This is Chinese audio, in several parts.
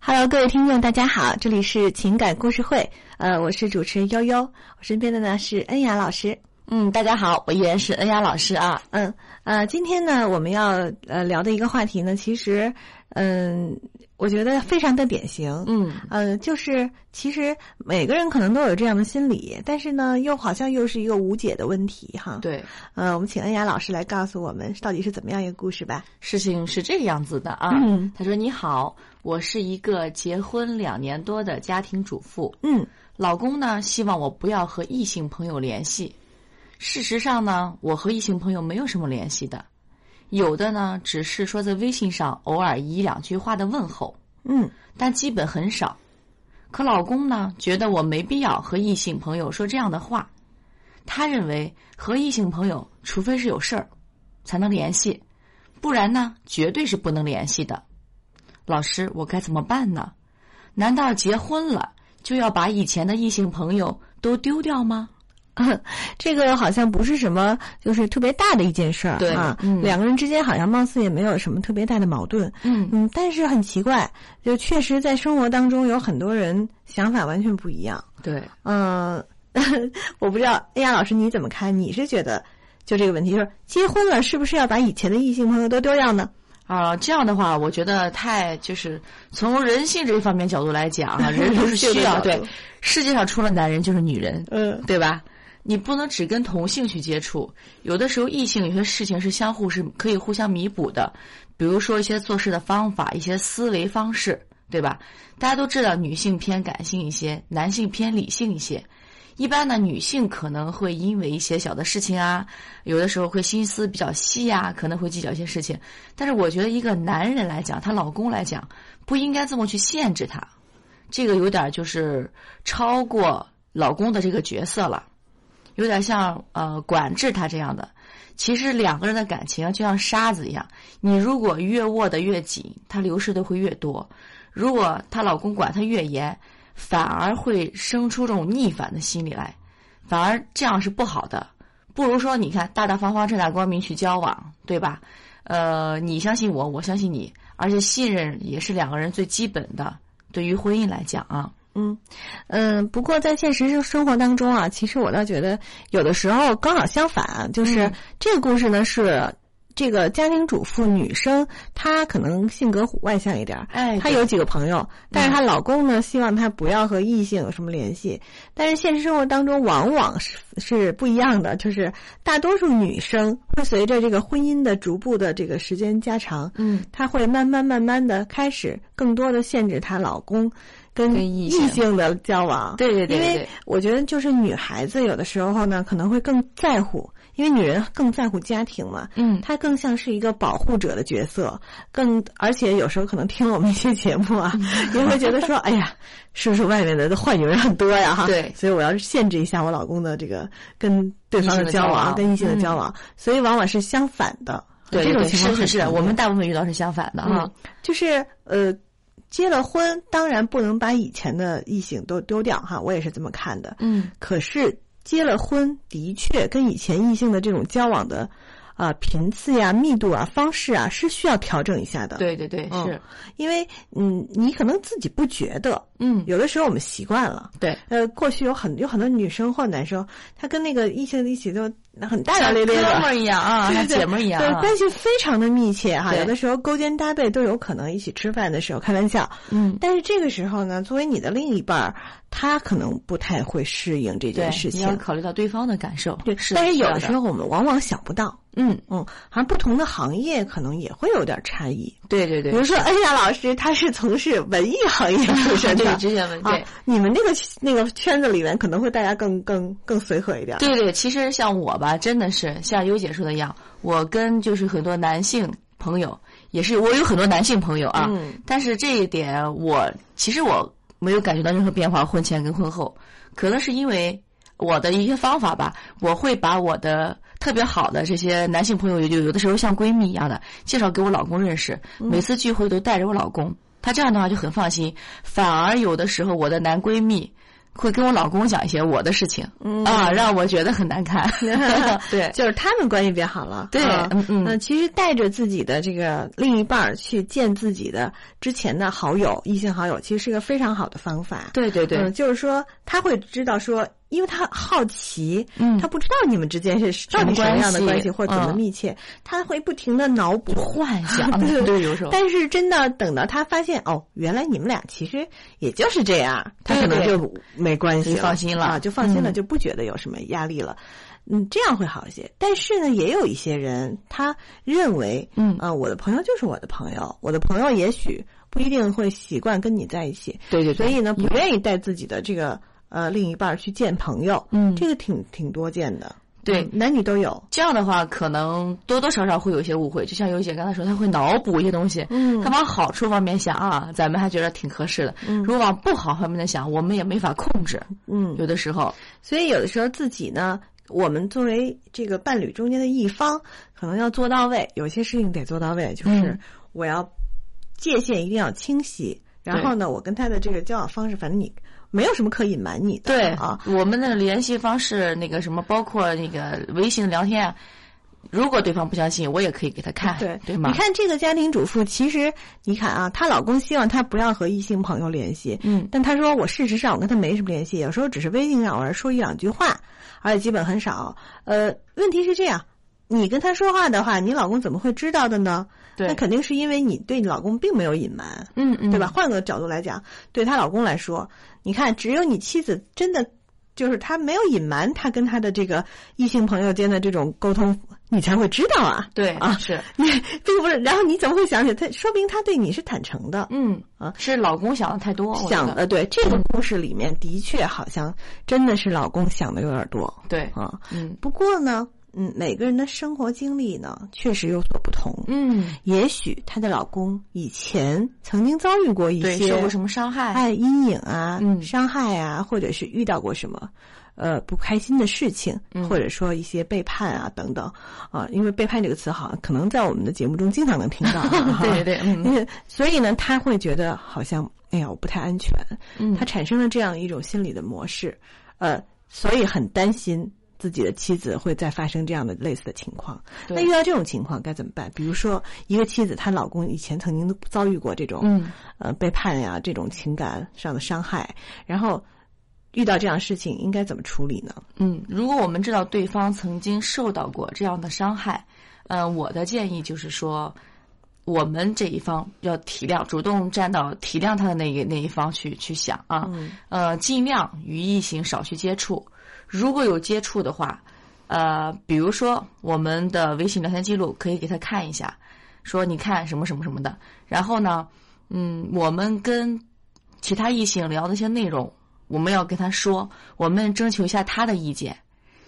Hello，各位听众，大家好，这里是情感故事会，呃，我是主持人悠悠，我身边的呢是恩雅老师。嗯，大家好，我依然是恩雅老师啊。嗯，呃，今天呢，我们要呃聊的一个话题呢，其实，嗯，我觉得非常的典型，嗯呃，就是其实每个人可能都有这样的心理，但是呢，又好像又是一个无解的问题哈。，对，呃，我们请恩雅老师来告诉我们到底是怎么样一个故事吧。事情是这个样子的啊。嗯他说：“你好，我是一个结婚两年多的家庭主妇，嗯老公呢希望我不要和异性朋友联系。事实上呢，我和异性朋友没有什么联系的，有的呢只是说在微信上偶尔一两句话的问候，嗯但基本很少。可老公呢，觉得我没必要和异性朋友说这样的话，他认为和异性朋友，除非是有事儿，才能联系，不然呢，绝对是不能联系的。老师，我该怎么办呢？难道结婚了就要把以前的异性朋友都丢掉吗？这个好像不是什么，就是特别大的一件事儿对啊。嗯两个人之间好像貌似也没有什么特别大的矛盾。嗯嗯，但是很奇怪，就确实在生活当中有很多人想法完全不一样。对，嗯， 我不知道，哎呀，老师你怎么看？你是觉得就这个问题，就是结婚了是不是要把以前的异性朋友都丢掉呢？啊、这样的话，我觉得太就是从人性这一方面角度来讲啊，人都是这个需要角对度世界上除了男人就是女人，嗯对吧？你不能只跟同性去接触，有的时候异性有些事情是相互是可以互相弥补的，比如说一些做事的方法、一些思维方式，对吧？大家都知道，女性偏感性一些，男性偏理性一些。一般呢，女性可能会因为一些小的事情啊，有的时候会心思比较细啊，可能会计较一些事情。但是我觉得，一个男人来讲，她老公来讲，不应该这么去限制她，这个有点就是超过老公的这个角色了，有点像呃管制他这样的。其实两个人的感情啊就像沙子一样，你如果越握得越紧，它流失的会越多；如果她老公管她越严，反而会生出这种逆反的心理来，反而这样是不好的。不如说，你看大大方方、正大光明去交往，对吧？呃，你相信我，我相信你，而且信任也是两个人最基本的。对于婚姻来讲啊，嗯嗯，不过在现实生活当中啊，其实我倒觉得有的时候刚好相反，啊就是嗯这个故事呢是这个家庭主妇女生，她可能性格外向一点儿。哎嗯她有几个朋友，但是她老公呢，希望她不要和异性有什么联系。但是现实生活当中往往是是不一样的，就是大多数女生会随着这个婚姻的逐步的这个时间加长，嗯，她会慢慢慢慢的开始更多的限制她老公跟跟异异性性的交往。对对对因对为对，我觉得就是女孩子有的时候呢，可能会更在乎，因为女人更在乎家庭嘛。嗯，她更像是一个保护者的角色，更而且有时候可能听了我们一些节目啊，嗯也会觉得说，哎呀，是不是外面的坏女人很多呀？哈， 对所以我要是限制一下我老公的这个跟对方的异性的交往，往跟异性的嗯交往，所以往往是相反的。这对对种对，情况是是很是，常我见们大部分遇到是相反的啊嗯。，就是呃，结了婚当然不能把以前的异性都丢掉哈，我也是这么看的。嗯，可是结了婚的确跟以前异性的这种交往的啊、频次呀、密度啊、方式啊是需要调整一下的。，对对对，嗯是，因为嗯，你可能自己不觉得，嗯，有的时候我们习惯了。对，呃，过去有很有很多女生或男生，他跟那个异性一起就很大大咧咧哥的们，儿一样啊，像姐们儿一样对，啊，关系非常的密切哈，对有的时候勾肩搭背都有可能一起吃饭的时候开玩笑，嗯，但是这个时候呢，作为你的另一半儿，他可能不太会适应这对件事，你情要。考虑到对方的感受，对，是，但是有的的时，候我们往往想不到，嗯，嗯，好像不同的行业可能也会有点差异。对对对比，如说恩雅老师，他是从事文艺行业出身这的个之前问啊 对。，你们那个那个圈子里面，可能会大家更更更随和一点。对对，其实像我吧，真的是像优姐说的一样，我跟就是很多男性朋友，也是我有很多男性朋友啊，嗯但是这一点我其实我没有感觉到任何变化，婚前跟婚后，可能是因为我的一些方法吧，我会把我的特别好的这些男性朋友，就有的时候像闺蜜一样的介绍给我老公认识，嗯每次聚会都带着我老公，他这样的话就很放心，反而有的时候我的男闺蜜。会跟我老公讲一些我的事情、嗯、啊，让我觉得很 难堪。 对，就是他们关系变好了。对，啊、嗯嗯、呃，其实带着自己的这个另一半儿去见自己的之前的好友、异性好友，其实是个非常好的方法。对对对，嗯，就是说他会知道说。因为他好奇，嗯他不知道你们之间是到底什么样的关关系系或者怎么嗯密切，他会不停的脑补，幻想对对，有时候。但是真的等到他发现哦，原来你们俩其实也就是这样，他对可能对就没关系就放心了啊，就放心了，嗯就不觉得有什么压力了。嗯，这样会好一些。但是呢，也有一些人他认为，嗯啊、我的朋友就是我的朋友，我的朋友也许不一定会习惯跟你在一起，对对嗯所对，以呢，不愿意带自己的这个呃另一半儿去见朋友，嗯这个挺挺多见的，对嗯男女都有，这样的话可能多多少少会有一些误会，就像尤姐刚才说，她会脑补一些东西，嗯她往好处方面想啊，咱们还觉得挺合适的。嗯如果往不好方面的想，我们也没法控制，嗯，有的时候，所以有的时候自己呢，我们作为这个伴侣中间的一方，可能要做到位，有些事情得做到位，就是嗯我要界限一定要清晰。然后呢，我跟他的这个交往方式，反正你没有什么可隐瞒你的啊，我们的联系方式那个什么，包括那个微信聊天啊，如果对方不相信，我也可以给他看，对对吗你？看这个家庭主妇，其实你看啊，她老公希望她不要和异性朋友联系，嗯，但她说我事实上我跟她没什么联系，有时候只是微信上偶尔说一两句话，而且基本很少。呃，问题是这样，你跟他说话的话，你老公怎么会知道的呢？对那肯定是因为你对你老公并没有隐瞒，嗯嗯，对吧？？换个角度来讲，对她老公来说，你看，只有你妻子真的。就是她没有隐瞒她跟她的这个异性朋友间的这种沟通，你才会知道啊。 对啊是，你并不是，然后你怎么会想起他？说明他对你是坦诚的。嗯啊是老公想的太多，我觉想得的对这个故事里面的确好像真的是老公想的有点多对，啊。嗯不过呢，嗯，每个人的生活经历呢确实有所不同。嗯，也许她的老公以前曾经遭遇过一对，些受过什么伤害？爱阴影啊、嗯伤害啊，或者是遇到过什么呃不开心的事情，嗯，或者说一些背叛啊等等啊、因为背叛这个词好像可能在我们的节目中经常能听到、啊 对对，嗯 因为所以呢，他会觉得好像哎呀我不太安全，嗯他产生了这样一种心理的模式，呃，所以很担心。自己的妻子会再发生这样的类似的情况，对那遇到这种情况该怎么办？比如说，一个妻子她老公以前曾经遭遇过这种，嗯呃背叛呀这种情感上的伤害，然后遇到这样的事情应该怎么处理呢？嗯，如果我们知道对方曾经受到过这样的伤害，呃，我的建议就是说，我们这一方要体谅，主动站到体谅他的那个那一方去去想啊，嗯呃，尽量与异性少去接触。如果有接触的话，呃，比如说我们的微信聊天记录可以给他看一下，说你看什么什么什么的。然后呢，嗯，我们跟其他异性聊的一些内容，我们要跟他说，我们征求一下他的意见，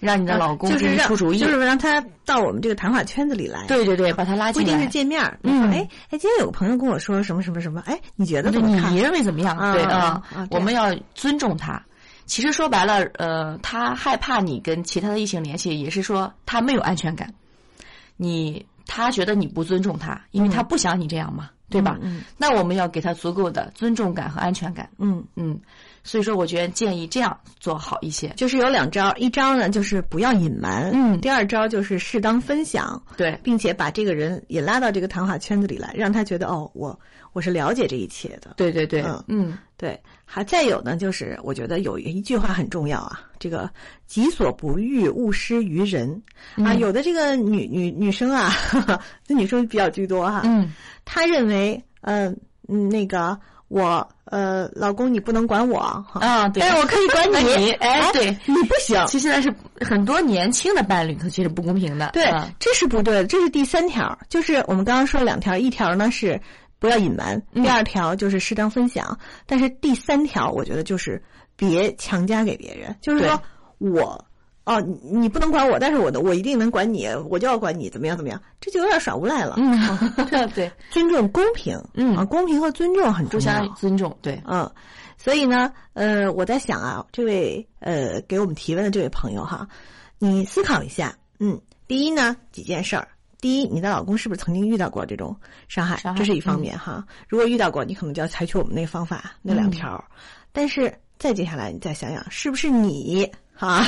让你的老公啊就给是你让出主意。就是让他到我们这个谈话圈子里来，，对对对，把他拉不一进定是来。见面儿。嗯比如说哎哎，今天有个朋友跟我说什么什么什么，哎，你觉得就怎么嗯你看你？认为怎么样？啊对啊啊啊，我对们要尊重他。其实说白了，呃，他害怕你跟其他的异性联系，也是说他没有安全感。你他觉得你不尊重他，因为他不想你这样嘛，对吧？嗯那我们要给他足够的尊重感和安全感。嗯，嗯，所以说我觉得建议这样做好一些。就是有两招，一招呢就是不要隐瞒，嗯第二招就是适当分享。对并且把这个人也拉到这个谈话圈子里来，让他觉得哦，我我是了解这一切的。对对对嗯，嗯，对，还再有呢，就是我觉得有一句话很重要啊，这个“己所不欲，勿施于人”啊。嗯有的这个女女女生啊， 那女生比较居多哈、嗯她认为，嗯、嗯，那个我呃，老公你不能管我哈，啊，对。但是我可以管你你，啊哎，对，你不行。其实现在是很多年轻的伴侣，可其实不公平的。对嗯，这是不对的。这是第三条，就是我们刚刚说两条，一条呢是不要隐瞒，嗯第二条就是适当分享，但是第三条我觉得就是别强加给别人，就是说我。哦，你你不能管我，但是我的我一定能管你，我就要管你，怎么样怎么样，这就有点耍无赖了。哦嗯， 对，尊重公平，嗯啊，公平和尊重很互重要相。尊重，对，嗯，所以呢，呃，我在想啊，这位呃给我们提问的这位朋友哈，你思考一下，嗯，第一呢几件事儿，第一，你的老公是不是曾经遇到过这种伤害？伤害嗯这是一方面哈。如果遇到过，你可能就要采取我们那个方法那两条。但是再接下来，你再想想，是不是你啊？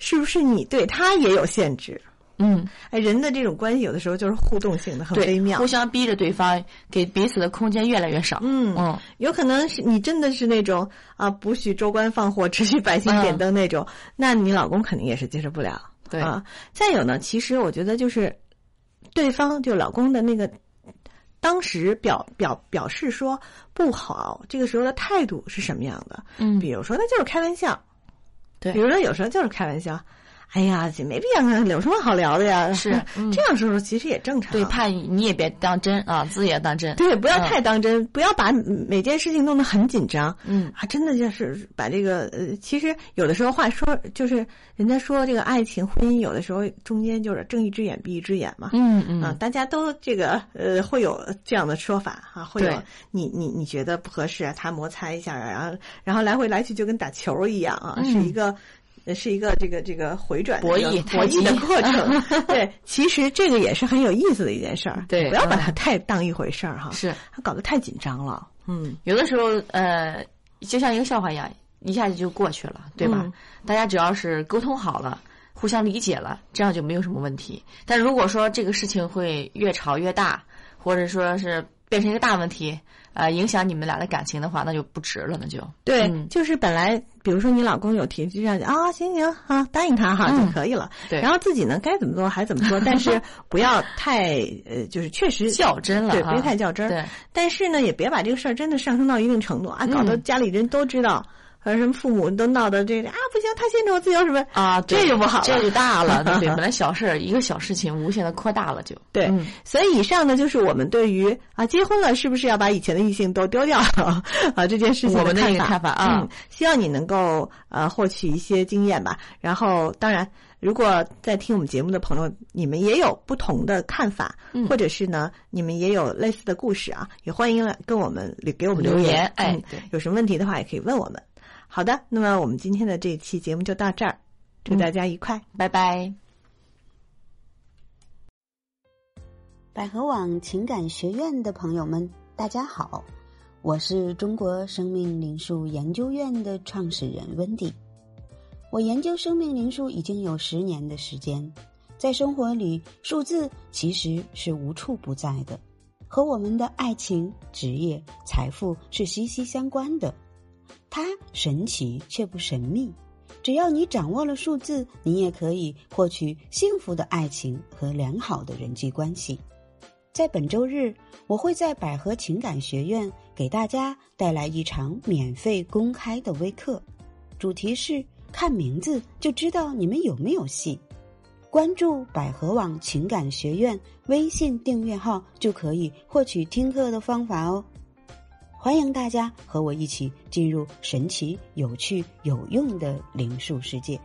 是不是你对他也有限制？嗯，哎，人的这种关系有的时候就是互动性的，很对微，妙互。相逼着对方，给彼此的空间越来越少。嗯，嗯，有可能是你真的是那种啊，不许州官放火， 只许百姓点灯那种，那你老公肯定也是接受不了。嗯对，啊，再有呢，其实我觉得就是对方就老公的那个当时表表表示说不好，这个时候的态度是什么样的？嗯，比如说，那就是开玩笑，对比如说有时候就是开玩笑。哎呀，这没必要啊，有什么好聊的呀？ 是嗯这样说说，其实也正常。啊对，怕你也别当真啊，自己也当真。对，不要嗯太当真，不要把每件事情弄得很紧张。嗯，啊，真的就是把这个呃，其实有的时候话说，就是人家说这个爱情婚姻，有的时候中间就是睁一只眼闭一只眼嘛。嗯嗯啊，大家都这个呃，会有这样的说法哈、会有对你你你觉得不合适啊，他摩擦一下啊，然后然后来回来去就跟打球一样啊，嗯是一个呃是一个这个这个回转的博一个弈博太弈极的过程。 对，其实这个也是很有意思的一件事儿，对不要把嗯它太当一回事儿哈，是它搞得太紧张了，嗯，有的时候呃，就像一个笑话一样，一下子就过去了，对吧？嗯大家只要是沟通好了。互相理解了，这样就没有什么问题。但如果说这个事情会越吵越大，或者说是变成一个大问题，呃，影响你们俩的感情的话，那就不值了，那就对，嗯就是本来比如说你老公有提这样啊，行行啊，答应他哈、嗯就可以了。对然后自己呢该怎么做还怎么做，但 是不要太呃，就是确实较真了对，啊别太较真儿。对，但是呢，也别把这个事儿真的上升到一定程度啊，搞得嗯家里人都知道，还有什么父母都闹得这个啊不行，他先我自由什么。啊，对这就不好了这就大了，对 对，本来小事儿，一个小事情无限的扩大了就，对，嗯所以以上呢，就是我们对于啊结婚了是不是要把以前的异性都丢掉 啊这件事情我们的看一个法看法啊嗯，希望你能够呃获取一些经验吧。然后，当然，如果在听我们节目的朋友，你们也有不同的看法，嗯或者是呢，你们也有类似的故事啊，也欢迎来跟我们给我们留言。言哎嗯对有什么问题的话也可以问我们。好的，那么我们今天的这期节目就到这儿，祝嗯大家愉快。拜拜。百合网情感学院的朋友们，大家好，我是中国生命灵数研究院的创始人温迪。我研究生命灵数已经有十年的时间，在生活里，数字其实是无处不在的，和我们的爱情、职业、财富是息息相关的。它神奇却不神秘，只要你掌握了数字，你也可以获取幸福的爱情和良好的人际关系。在本周日，我会在百合情感学院给大家带来一场免费公开的微课，主题是看名字就知道你们有没有戏。关注百合网情感学院微信订阅号就可以获取听课的方法哦。欢迎大家和我一起进入神奇、有趣、有用的灵数世界。